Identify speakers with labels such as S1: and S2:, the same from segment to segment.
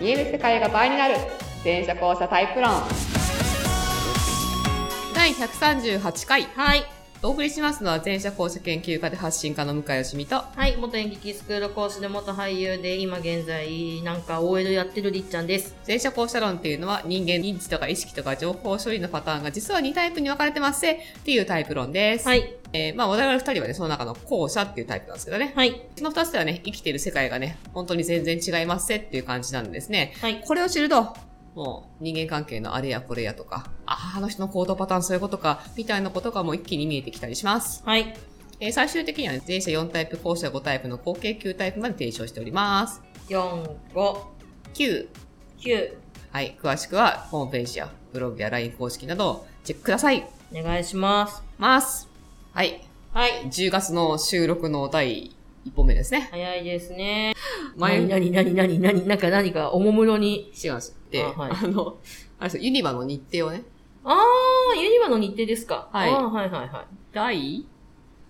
S1: 見える世界が倍になる全車交差タイプ論第138回
S2: はい。
S1: お送りしますのは全社交差研究家で発信家の向井よしみと
S2: はい。元演劇スクール講師で元俳優で、今現在、なんか OL やってるりっちゃんです。
S1: 全社交差論っていうのは人間認知とか意識とか情報処理のパターンが実は2タイプに分かれてますせっていうタイプ論です。
S2: はい。
S1: えーまあ我々2人はね、その中の後者っていうタイプなんですけどね。
S2: はい。
S1: その2つではね、生きてる世界がね、本当に全然違いますせっていう感じなんですね。
S2: はい。
S1: これを知ると、もう人間関係のあれやこれやとか、ああ、あの人の行動パターンそういうことか、みたいなことがもう一気に見えてきたりします。
S2: はい。
S1: えー最終的にはね、前者4タイプ、後者5タイプの合計9タイプまで提唱しております。
S2: 4、5、
S1: 9。
S2: 9。
S1: はい、詳しくはホームページやブログや LINE 公式などをチェックください。
S2: お願いします。
S1: ます。はい、
S2: はい。
S1: 10月の収録の第1本目ですね。
S2: 早いですね。
S1: 前
S2: 何、何、何、何、何、なんか何かおもむろに。
S1: 違うんですで、あ,、
S2: あはい
S1: の、あれですよユニバの日程をね、
S2: あー、ユニバの日程ですか。
S1: はい
S2: あーはいはいはい。
S1: 第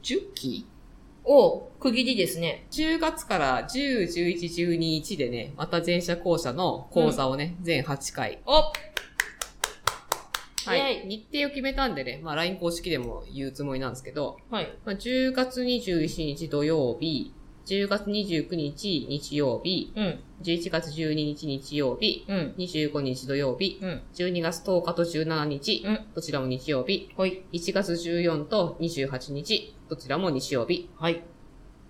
S1: 10期
S2: お区切りですね。
S1: 10月から10、11、12、1でね、また前者後者の講座をね、全8回。
S2: お
S1: は。
S2: はいい
S1: 日程を決めたんでね、まあ LINE 公式でも言うつもりなんですけど、
S2: はい。
S1: まあ、10月21日土曜日、10月29日日曜日、
S2: うん。
S1: 11月12日日曜日、
S2: うん。
S1: 25日土曜日、
S2: うん。
S1: 12月10日と17日、
S2: うん
S1: どちらも日曜日、
S2: はい。
S1: 1月14と28日、どちらも日曜日、
S2: はい。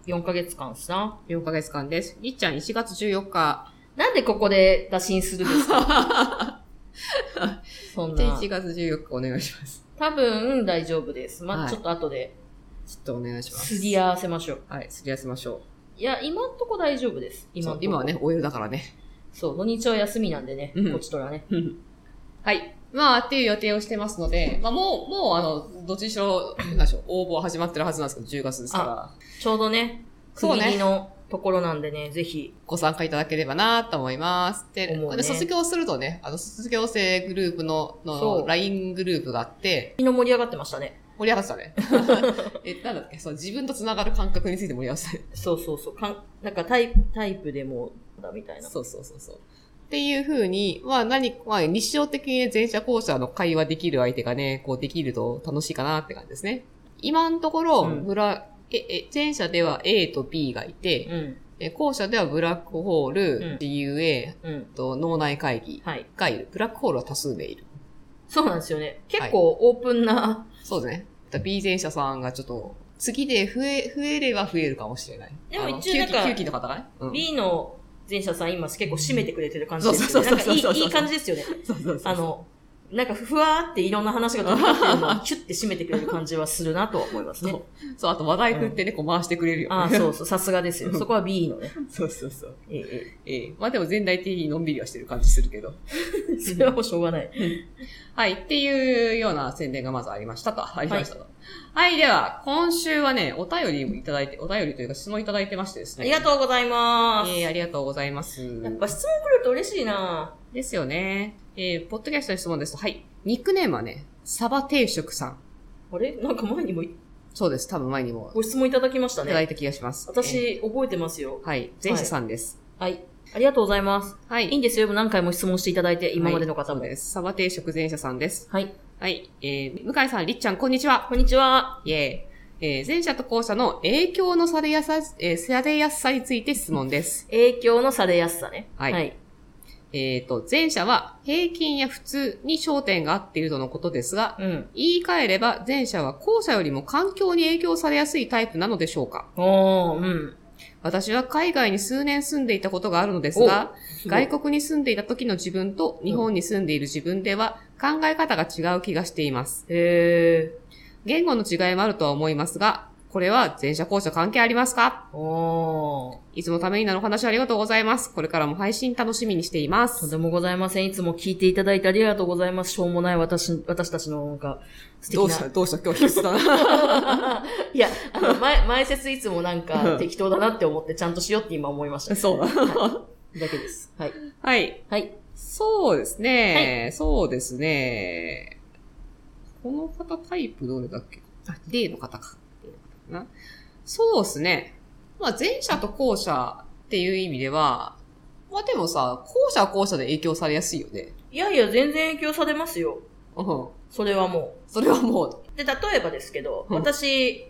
S2: 4ヶ月間ですな。
S1: 4ヶ月間です。りっちゃん1月14日、
S2: なんでここで打診するんですか そんな
S1: 1。月14日お願いします。
S2: 多分大丈夫です。まあ、
S1: はい
S2: ちょっと後で
S1: ちょっとお願いします。
S2: すり合わせましょう。
S1: はい、すり合わせましょう。
S2: いや、今んとこ大丈夫です。今
S1: 今
S2: んとこ
S1: 今は。ね、OL だからね。
S2: そう、土日は休みなんでね、
S1: うん
S2: こっちとらね。
S1: はい。まあ、っていう予定をしてますので、まあ、もう、もう、あの、どっちにしろ、なんでしょう、応募は始まってるはずなんですけど、10月ですから、
S2: ちょうどね、区
S1: そうね
S2: 切りのところなんでね、ぜひ。
S1: ご参加いただければなと思います。で、
S2: 思うね
S1: で卒業するとね、あの、卒業生グループの、
S2: そ
S1: の、
S2: う
S1: LINE グループがあって、
S2: 昨日盛り上がってましたね。
S1: 盛り上がってた ね。え、なんだっけ、そう、自分と繋がる感覚について盛り上がってたね
S2: そうそうそう。かんなんかタイタイプでも、だみたいな。
S1: そうそうそうそう。っていうふうに、まあ何、まあ日常的に前者後者の会話できる相手がね、こうできると楽しいかなって感じですね。今のところ、
S2: うん
S1: ブラ、え、え、前者では A と B がいて、
S2: うん。
S1: え後者ではブラックホール、
S2: うん
S1: GUA、
S2: うん。
S1: と脳内会議
S2: はい。
S1: がいる。ブラックホールは多数名いる。
S2: そうなんですよね。結構オープンな、
S1: そうですね。だから B 前者さんがちょっと、次で増え、増えれば増えるかもしれない。
S2: でも
S1: あの
S2: 一応なんか
S1: 9期、9期の方がね。うん
S2: B の前者さん今結構締めてくれてる感じです
S1: そうそう
S2: よね。な
S1: そうそ
S2: んか
S1: う
S2: いい
S1: そうそう
S2: いい感じですよね。
S1: そうそうそうそう
S2: あ、の、なんかふわーっていろんな話が飛び交ってるのをキュッて締めてくれる感じはするなとは思います
S1: そ
S2: ね
S1: う。。そう、あと話題振ってね、こう回してくれるよね。
S2: ああ、そうそう、さすがですよ。そこは B のね。
S1: そうそうそう。
S2: ええ
S1: ええまあでも全体的にのんびりはしてる感じするけど。
S2: ええ それはもうしょうがない。
S1: はい。っていうような宣伝がまずありましたと。ありましたと。はい。では、今週はね、お便りもいただいて、お便りというか質問いただいてましてです
S2: あ
S1: ね。
S2: りがとうございます。
S1: ええありがとうございます。
S2: やっぱ質問来ると嬉しいな
S1: ですよね。ええポッドキャストの質問です。はい。ニックネームはね、サバ定食さん。
S2: あれなんか前にもい
S1: そうです。多分前にも
S2: ご質問いただきました
S1: いただ
S2: ね。
S1: いた気がします。ええ
S2: 私、覚えてますよ。
S1: はい。前者さんです。
S2: はい。ありがとうございます。
S1: はい
S2: いんですよ。何回も質問していただいて、今までの方
S1: そう
S2: も。はい。
S1: です。サバ定食前者さんです。はい。えー、向井さん、りっちゃん、こんにちは。
S2: こんにちは。
S1: イエーイ。えー前者と後者の影響のされやさ、えーされやすさについて質問です。
S2: 影響のされやすさね。
S1: はいえっ、と、前者は平均や普通に焦点が合っているとのことですが、
S2: うん。
S1: 言い換えれば前者は後者よりも環境に影響されやすいタイプなのでしょうか
S2: おー、うん。
S1: 私は海外に数年住んでいたことがあるのですが、
S2: お
S1: 外国に住んでいた時の自分と日本に住んでいる自分では考え方が違う気がしています。
S2: へ
S1: 言語の違いもあるとは思いますが、これは前者後者関係ありますか
S2: ー。お
S1: いつもためになるお話ありがとうございます。これからも配信楽しみにしていま
S2: ー。とん
S1: す。
S2: でもございません。いつも聞いていただいてありがとうございます。しょうもない私、私たちの、なんか、素敵な。
S1: どうした今日必須だ な。
S2: いや、あの、前、前説いつもな
S1: う
S2: ん
S1: ん
S2: か適当だなって思ってちゃんとしようって今思いました。
S1: そうだ。
S2: う。だけです。はい。
S1: はい。
S2: はい。
S1: そうですね。そうですね。この方タイプどれだっけあ、例の方か。例の方かなそうですね。まあ前者と後者っていう意味では、まあでもさ、後者は後者で影響されやすいよね。
S2: いやいや、全然影響されますよ。
S1: うん。
S2: それはも
S1: それはもう、
S2: う。で、例えばですけど、
S1: うん
S2: 私、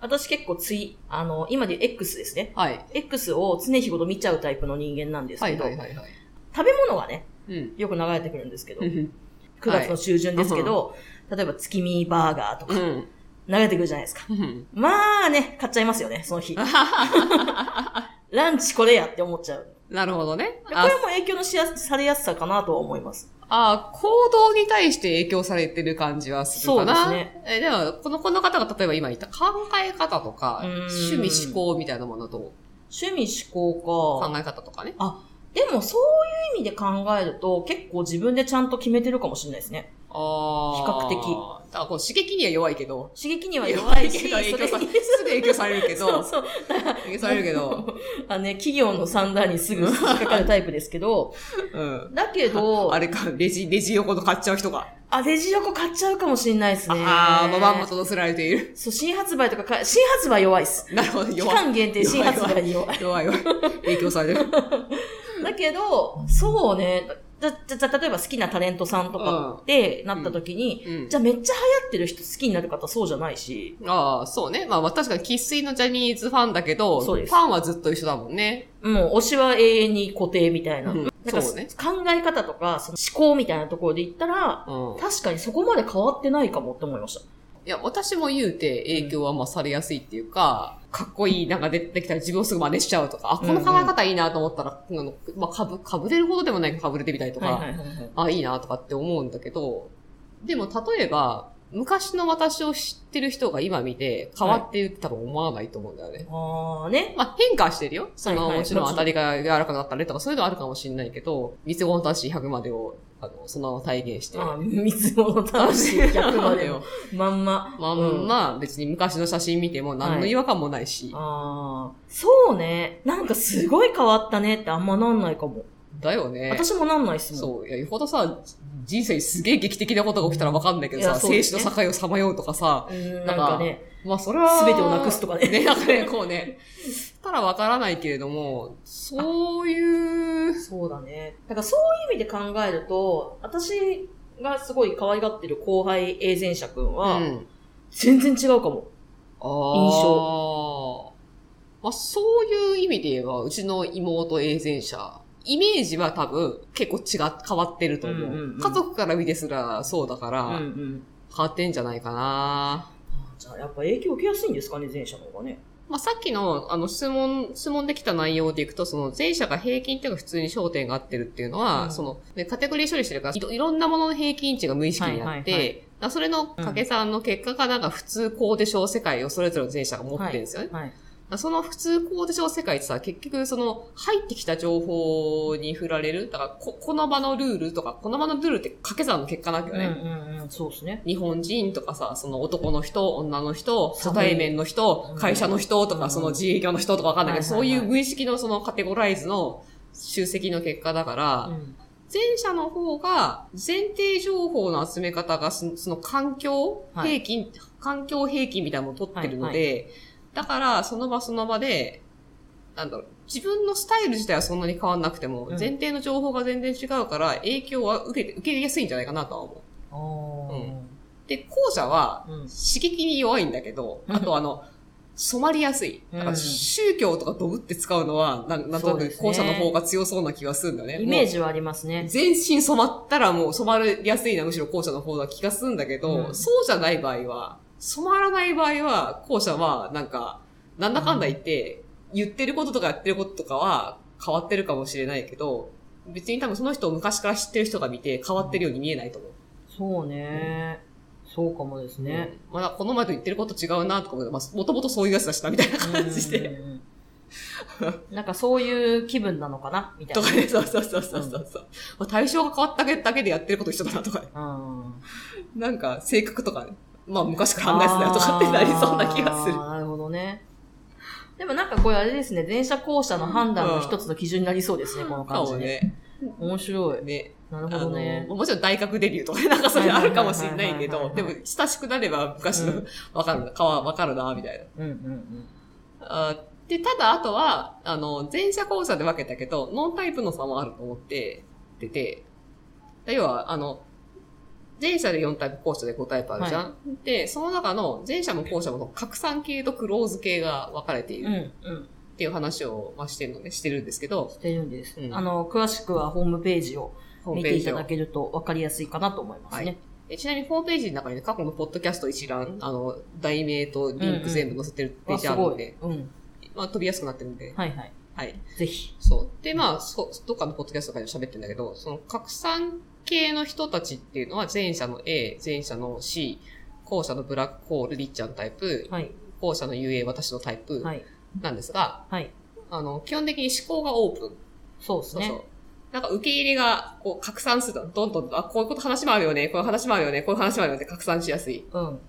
S2: 私結構つい、あの、今で言う X ですね。
S1: はい。
S2: X を常日頃見ちゃうタイプの人間なんです
S1: は
S2: け
S1: い
S2: ど、
S1: はいはいはい。
S2: 食べ物がね、
S1: うん。
S2: よく流れてくるんですけど、
S1: う
S2: 9
S1: ん。
S2: 月の中旬ですけど、例えば月見バーガーとか
S1: う、ん
S2: 流れてくるじゃないですか。
S1: うん。
S2: まあね、買っちゃいますよね、その日。ランチこれやって思っちゃう。
S1: なるほどね。
S2: でこ
S1: あ
S2: れも影響のしやすされやすさかなとは思います。
S1: あ、行動に対して影響されてる感じはするかな。
S2: そうです
S1: ね。えでも、この、この方が例えば今言った考え方とか、
S2: うん
S1: 趣味思考みたいなものと、
S2: 趣味思考
S1: 考
S2: か。
S1: え方とかね。
S2: でもそういう意味で考えると結構自分でちゃんと決めてるかもしれないですね。
S1: ああ。
S2: 比較的
S1: だからこう刺激には弱いけど、
S2: 刺激には弱いし、 そ
S1: 弱いけど影響
S2: れ
S1: さ
S2: に。
S1: すぐ影響されるけ
S2: そう
S1: ど、
S2: そう。
S1: 影響されるけど、。
S2: あのね、企業のサンダーにすぐ引っかかるタイプですけど、
S1: うん。
S2: だけ ど、
S1: あれか、レジ、レジ横の買っちゃう人が。
S2: あ、レジ横買っちゃうかもしれないですね。
S1: ああ、まあまんまと乗せられている。
S2: そう、新発売とかか、新発売弱いっす。
S1: なるほど、
S2: 期
S1: 弱い。
S2: 間限定新発売に弱い。
S1: 弱い 弱い。影響されてる。
S2: だけど、そうね。じゃ、じゃ、じゃ、例えば好きなタレントさんとかってなった時に、
S1: うん
S2: じ。ゃあめっちゃ流行ってる人好きになる方そうじゃないし、
S1: ああ、そうね。まあまあ確かに喫水のジャニーズファンだけど、
S2: そうです
S1: ファンはずっと一緒だもんね。
S2: もう推しは永遠に固定みたいな。
S1: うん
S2: なんか
S1: そうね
S2: 考え方とか、その思考みたいなところで言ったら、
S1: うん。
S2: 確かにそこまで変わってないかもって思いました。
S1: いや、私も言うて影響はまあされやすいっていうか、かっこいいなんか出てきたら自分をすぐ真似しちゃうとか、あ、この考え方いいなと思ったら、あのまあかぶ、かぶれるほどでもないかぶれてみたりとか、
S2: はいはいはいはい。
S1: あ、いいなとかって思うんだけど、でも例えば、昔の私を知ってる人が今見て変わってるって多分思わないと思うんだよね。
S2: あーね。
S1: まあ、変化はしてるよ。その、
S2: はいはい
S1: もちろん
S2: もちろん
S1: 当たりが柔らかくなったねとか、そういうのはあるかもしれないけど、三つ子の魂100までを、あの、そのまま体現して。
S2: あー三つ子 の魂100まで
S1: を
S2: よ。。まんま。
S1: まあまあ、別に昔の写真見ても何の違和感もないし、
S2: ああ、そうね。なんかすごい変わったねってあんまなんないかも。
S1: だよね。
S2: 私もなんないっすもん。
S1: そう。いや、よほどさ、人生にすげえ劇的なことが起きたらわかんないけど
S2: い
S1: さ、
S2: やそう
S1: 生
S2: で
S1: 死
S2: す
S1: の
S2: ね
S1: 境をさまようとかさ、
S2: うん
S1: な
S2: なんん
S1: か
S2: かね、
S1: まあそれは。
S2: すべてをなくすとか ね
S1: ね、なんかね、こうね。たらわからないけれども、そういう、
S2: そうだね。だからそういう意味で考えると、私がすごい可愛がってる後輩永前者くんは、
S1: うん
S2: 全然違うかも。
S1: 象。まあ、そういう意味で言えば、うちの妹永全者、イメージは多分結構違っ、変わってると思う。
S2: うんうんうん
S1: 家族から見てすらそうだから、
S2: うんうん。
S1: 変わってんじゃないかな。
S2: じゃあやっぱ影響受けやすいんですかね、前者の方がね。
S1: まあ、さっきの、あの、質問、質問できた内容でいくと、その、前者が平均っていうか普通に焦点が合ってるっていうのは、
S2: うん
S1: その、ねカテゴリー処理してるからいろ、いろんなものの平均値が無意識にあって、
S2: はいはいはい
S1: だからそれの掛け算の結果がなんか普通高で小世界をそれぞれの前者が持ってるんですよね。
S2: はい。
S1: その普通こうでしょ世界ってさ、結局その入ってきた情報に振られる。だからこ、この場のルールとか、この場のルールって掛け算の結果なわけ
S2: う
S1: よ
S2: ん
S1: ね。
S2: うんうん、そうですね。
S1: 日本人とかさ、その男の人、女の人、初
S2: 寒い
S1: 対面の人
S2: う、ん
S1: 会社の人と
S2: う
S1: か、
S2: ん
S1: その自営業の人とかわかんないけど、
S2: はい
S1: そ
S2: は
S1: う
S2: い
S1: い
S2: はいう
S1: 無意識のそのカテゴライズの集積の結果だか
S2: う
S1: ら、
S2: ん。
S1: 前者の方が前提情報の集め方がそのその環境
S2: はい
S1: 平均、環境平均みたいなのを取ってるので、
S2: は
S1: だからその場その場で、なんだろう、自分のスタイル自体はそんなに変わんなくても、
S2: うん
S1: 前提の情報が全然違うから影響は受けて、受けやすいんじゃないかなとは思う。
S2: あー
S1: で、後者は
S2: うん。
S1: 刺激に弱いんだけど、
S2: うん
S1: あとあの、染まりやすい。だか
S2: う
S1: ら
S2: ん
S1: 宗教とかドブって使うのは、なんなんと
S2: そう
S1: な
S2: で
S1: く
S2: すね
S1: 後者の方が強そうな気がするんだよね。
S2: イメージはありますね。
S1: 全身染まったらもう染まりやすいのはむしろ後者の方だ気がするんだけど、
S2: うん
S1: そうじゃない場合は、染まらない場合は、後者はなんか、なんだかんだ言って、言ってることとかやってることとかは変わってるかもしれないけど、別に多分その人を昔から知ってる人が見て変わってるように見えないと思う。
S2: そうね。そうかもですね。
S1: うん。まだこの前と言ってること違うなとか思って、まあ、もともとそういうやつだしなみたいな感じで。
S2: うんうんうん。なんかそういう気分なのかなみたい
S1: と
S2: な
S1: か。ね、そうそうそうそうそう。まあ対象が変わっただけでやってること一緒だなとかね、
S2: うん。
S1: なんか性格とかね、まあ昔からあんなやつだよとかってなりそうな気がする。
S2: あーなるほどね。でもなんかこれあれですね、前者後者の判断の一つの基準になりそうですね、この感
S1: か
S2: じ
S1: も
S2: ね。
S1: ね。
S2: 面白い。
S1: ね。
S2: なるほ
S1: あ
S2: ど
S1: の、
S2: ね。
S1: もちろん大学デビューとかね、なんかそれあるかもしれないけど
S2: はい、はい
S1: で
S2: はい
S1: も
S2: はい
S1: 親しくなれば昔
S2: う
S1: の
S2: ん
S1: わかるな、かわわかるな、みたいな。
S2: うんうんうん。
S1: あーっで、ただ、あとは、あの、前者後者で分けたけど、ノンタイプの差もあると思って出て、だ要は、あの、前者で4タイプ、後者で5タイプあるじゃん、で、その中の前者も後者も拡散系とクローズ系が分かれてい
S2: うん、
S1: る
S2: う
S1: っ
S2: ん。
S1: ていう話を、まあ、してるので、してるんですけど、
S2: してるんです、
S1: うん
S2: あの、詳しくはホームページを
S1: ホー
S2: 見
S1: ムペ
S2: て
S1: ー
S2: い
S1: ジ
S2: た
S1: を
S2: だ。けると分かりやすいかなと思いますね。
S1: えちなみにホームページの中に、ね、過去のポッドキャスト一覧、あの、題名とリンク全部載せてるペー
S2: わ
S1: ジ
S2: す
S1: ある
S2: ご
S1: ん
S2: い
S1: で、。
S2: うん。
S1: まあ、飛びやすくなってるんで、
S2: はいはい。
S1: はい。
S2: ぜひ。
S1: そう。で、まあ、そ、どっかのポッドキャストとかでも喋ってるんだけど、その拡散系の人たちっていうのは、前者の A、前者の C、後者のブラックホール、りっちゃんのタイプ、
S2: はい。
S1: 後者の UA、私のタイプ
S2: はい。
S1: なんですが、
S2: はい。
S1: あの、基本的に思考がオープン。
S2: そうです
S1: そう
S2: ね。
S1: そう。なんか受け入れが、こう、拡散すると、どんどん、あ、こういうこと話もあるよね、こういう話もあるよね、こういう話もあるよねって拡散しやすい。
S2: うん。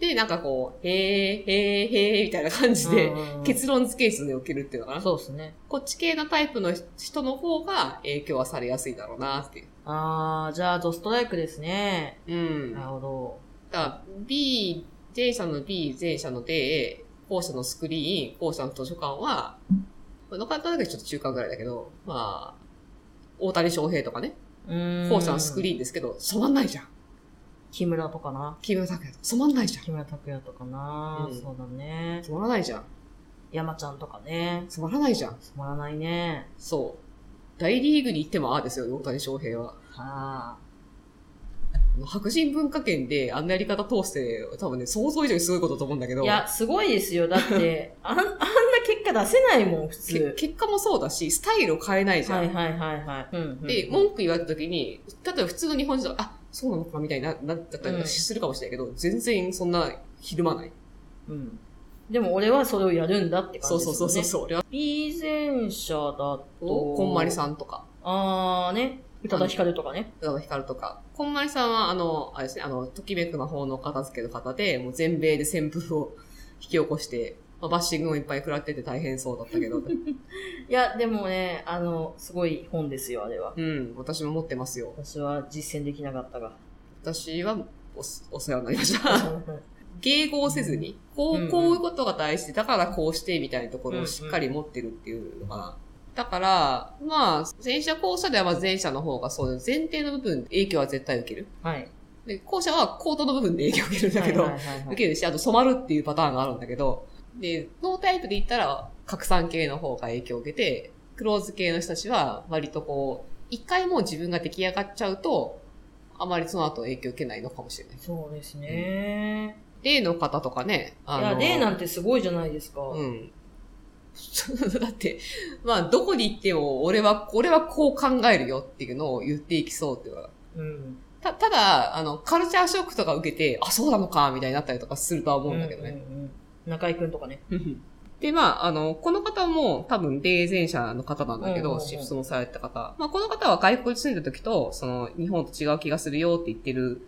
S1: で、なんかこう、へー、へー、へー、みたいな感じで、
S2: うん
S1: 結論付けずに受けるっていうのかな。
S2: そうですね。
S1: こっち系なタイプの人の方が影響はされやすいだろうなっていう。
S2: あー、じゃあ、ドストライクですね。
S1: うん。だ
S2: なる
S1: か
S2: ほど。
S1: ら B、前者の B、前者の D、後者のスクリーン、後者の図書館は、まあのかっただけちょっと中間ぐらいだけど、まあ、大谷翔平とかね、
S2: うーん。
S1: 後者のスクリーンですけど、染まんないじゃん。
S2: 木村とかな。
S1: 木村拓哉とか、染まんないじゃん。
S2: 木村拓哉とかな、
S1: うん
S2: そうだね。
S1: 染まらないじゃん。
S2: 山ちゃんとかね。
S1: 染まらないじゃん。
S2: つまらないね。
S1: そう。大リーグに行ってもああですよ、大谷翔平は。
S2: はあ。
S1: 白人文化圏であんなやり方通して、多分ね、想像以上にすごいことだと思うんだけど。
S2: いや、すごいですよ。だって、あん、あんな結果出せないもん、普
S1: け
S2: 通。
S1: 結果もそうだし、スタイルを変えないじゃん。
S2: はいはいはいはい。うんうん
S1: で、文句言われた時に、例えば普通の日本人は、あ、そうなのかみたいにななった
S2: う
S1: り
S2: ん
S1: するかもしれないけど、全然そんなひるまない。
S2: うん。でも俺はそれをやるんだって
S1: そ
S2: 感
S1: う
S2: じ
S1: そうそうそ
S2: ですよね。
S1: う。そう俺は、
S2: B 前者だと、
S1: こんまりさんとか、
S2: あーね、宇多田ヒカルとかね。
S1: 宇多田ヒカルとか。こんまりさんは、あの、あれですね、あの、ときめく魔法の片付けの方で、もう全米で旋風を引き起こして、まあ、バッシングもいっぱい食らってて大変そうだったけど、
S2: いや、でもね、あの、すごい本ですよ、あれは。
S1: うん、私も持ってますよ。
S2: 私は実践できなかっ たが。
S1: 私はお世お世話になりました。 迎合せずに、こ
S2: うん
S1: う、こういうことが大事だからこうしてみたいなところをしっかり持ってるっていうのかな。だから、まあ、前者後者ではまあ前者の方がそういう前提の部分で影響は絶対受ける。
S2: はい。
S1: で、後者はコートの部分で影響を受けるんだけど、
S2: はいはいはいはい
S1: 受けるし、あと染まるっていうパターンがあるんだけど、で、ノータイプで言ったら拡散系の方が影響を受けて、クローズ系の人たちは割とこう、一回もう自分が出来上がっちゃうと、あまりその後影響を受けないのかもしれない。
S2: そうですね。
S1: 例の方とかね、あ
S2: いや、例なんてすごいじゃないですか。
S1: うん。 だって、まあ、どこに行っても、俺は、俺はこう考えるよっていうのを言っていきそうっていうのは
S2: うん。
S1: た、ただ、あの、カルチャーショックとか受けて、あ、そうなのか、みたいになったりとかするとは思うんだけどね。
S2: うんうんうん。中井くんとかね。
S1: で、まあ、あの、この方も多分、霊前者の方なんだけ
S2: うんうんう
S1: ど、
S2: ん
S1: シフトもされた方。まあ、この方は外国に住んでた時と、その、日本と違う気がするよって言ってる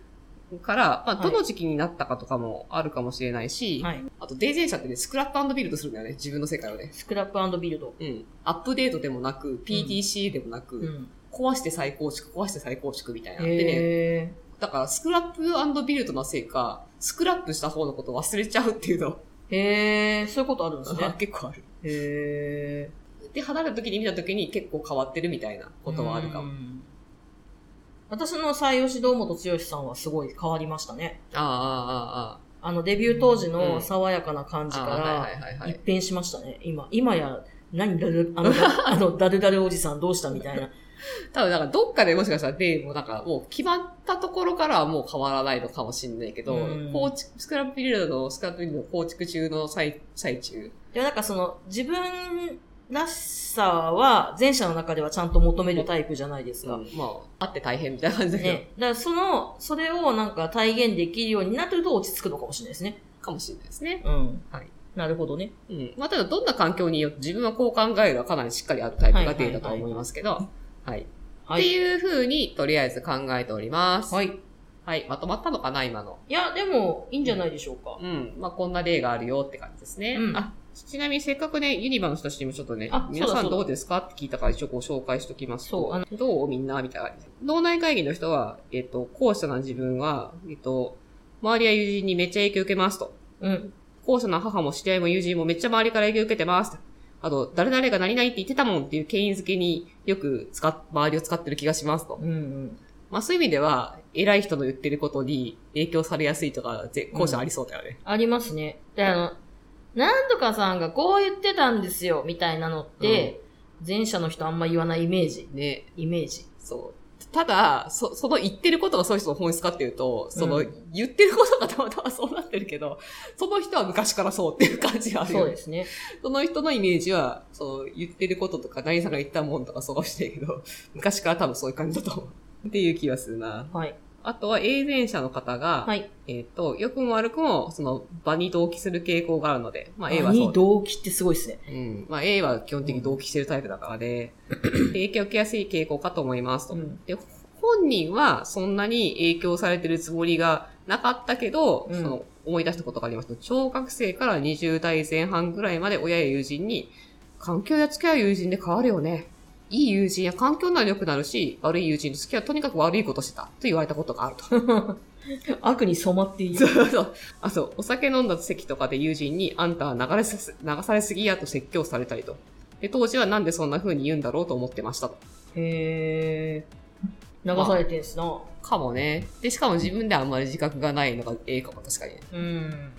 S1: から、まあ、
S2: はい
S1: どの時期になったかとかもあるかもしれないし、
S2: はい。
S1: あと、霊前者ってね、スクラップビルドするんだよね、自分の世界をね。
S2: スクラップビルド。
S1: うん。アップデートでもなく、PTC でもなく、
S2: うん。
S1: 壊して再構築、壊して再構築みたいな。でね、
S2: へ
S1: だからスクラップビルドのせいか、スクラップした方のことを忘れちゃうっていうの、。
S2: ー。へー。そういうことあるんですね
S1: 結構ある。
S2: へー。
S1: で、離れた時に見た時に結構変わってるみたいなことはあるか
S2: う
S1: も。
S2: ん私の最吉堂本剛さんはすごい変わりましたね。
S1: ああ、ああ、あ
S2: あの、デビュー当時
S1: う
S2: の
S1: ん
S2: 爽やかな感じ
S1: あ。
S2: か
S1: はいはいはいは
S2: ら、一
S1: い。
S2: 変しましたね。今、今や、何だる、あの、 だあの、だるだるおじさんどうしたみたいな。
S1: 多分なんかどっかでもしかしたら、で、もうなんかもう決まったところからはもう変わらないのかもしれないけど、
S2: うん
S1: 構築、スクラップビルドの、スクラップビルドの構築中の最、最中。
S2: でもなんかその、自分らしさは、前者の中ではちゃんと求めるタイプじゃないですか。
S1: まあ、あって大変みたいな感じだけど、
S2: ね。だからその、それをなんか体現できるようになってると落ち着くのかもしれないですね。
S1: かもしれないですね。
S2: うん。
S1: はい。
S2: なるほどね。
S1: うん。まあ、ただどんな環境によって自分はこう考えるはかなりしっかりあるタイプ
S2: は
S1: が
S2: いはい
S1: デ
S2: は
S1: ー
S2: い
S1: タとは思いますけど、はい。っ
S2: は
S1: て
S2: い。
S1: いうふうに、とりあえず考えております。
S2: はい。
S1: はい。まとまったのかな、今の。
S2: いや、でも、いいんじゃないでしょうか。
S1: うん。まあ、こんな例があるよって感じですね。
S2: うん
S1: あ、ちなみにせっかくね、ユニバの人たちにもちょっとね
S2: あ、
S1: 皆
S2: そう
S1: さ
S2: だそ
S1: ん
S2: うだ
S1: どうですかって聞いたから一応ご紹介しときますと。
S2: そうあの
S1: どうみんなみたいな感じ。脳内会議の人は、えっ、と、後者な自分は、えっ、と、周りや友人にめっちゃ影響受けますと。
S2: うん。
S1: 後者の母も知り合いも友人もめっちゃ周りから影響受けてます。あと、誰々が何々って言ってたもんっていう権威づけによく使っ、周りを使ってる気がしますと。
S2: うんうん。
S1: まあそういう意味では、偉い人の言ってることに影響されやすいとか、ぜ後者ありそうだよね。
S2: ありますね。で、あの、なんとかさんがこう言ってたんですよ、みたいなのって、前者の人あんま言わないイメージ。
S1: ね、
S2: イメージ。
S1: そう。ただ、そ、その言ってることがそういう人の本質かっていうと、その、
S2: うん
S1: 言ってることがたまたまそうなってるけど、その人は昔からそうっていう感じがある
S2: そ
S1: よ
S2: う
S1: ね
S2: で。すね。
S1: その人のイメージは、そう、言ってることとか、何さんが言ったもんとかそうかもしれないけど、 昔から多分そういう感じだと思う。っていう気がするな。
S2: はい。
S1: あとは、永前者の方が、
S2: はい。
S1: えっ、と、良くも悪くも、その、場に同期する傾向があるので、まあ A はそ
S2: に
S1: う。
S2: 動機ってすごいですね。
S1: うん。まあ A は基本的に同期してるタイプだ からで、で影響を受けやすい傾向かと思いますと。
S2: うん
S1: で、本人はそんなに影響されてるつもりがなかったけど、
S2: うん
S1: その思い出したことがありますと、小学生から20代前半ぐらいまで親や友人に、環境や付き合う友人で変わるよね。いい友人や環境なら良くなるし、悪い友人と付き合うとにかく悪いことしてたと言われたことがあると。
S2: 悪に染まっている
S1: そ。う そう。あと、お酒飲んだ席とかで友人に、あんたは流れさす流されすぎやと説教されたりと。で、当時はなんでそんな風に言うんだろうと思ってましたと。
S2: へー。流されてんすな。
S1: かもね。で、しかも自分ではあんまり自覚がないのがええかも、確かにね。
S2: うん。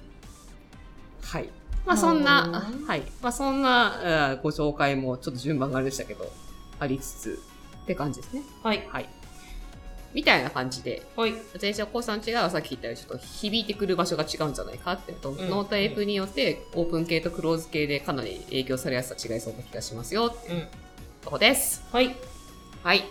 S1: はい。まあそんな、
S2: なるほどね
S1: はい。まあそんな、あーご紹介もちょっと順番があれでしたけど、ありつつ、って感じですね。
S2: はい。
S1: はい。みたいな感じで、
S2: はい。
S1: 前者後者の違いはさっき言ったようにちょっと響いてくる場所が違うんじゃないかっていうと、
S2: ん
S1: ノータイプによってオープン系とクローズ系でかなり影響されやすさ違いそうな気がしますよっていう
S2: うん
S1: とこです。
S2: はい。
S1: はい。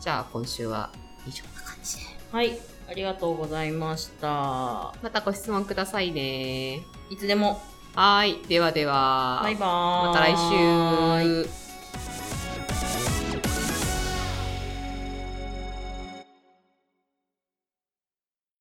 S1: じゃあ今週は以上な感じで。
S2: はい。ありがとうございました。
S1: またご質問くださいね。
S2: いつでも。
S1: はい。ではでは。
S2: バイバーイ。
S1: また来週。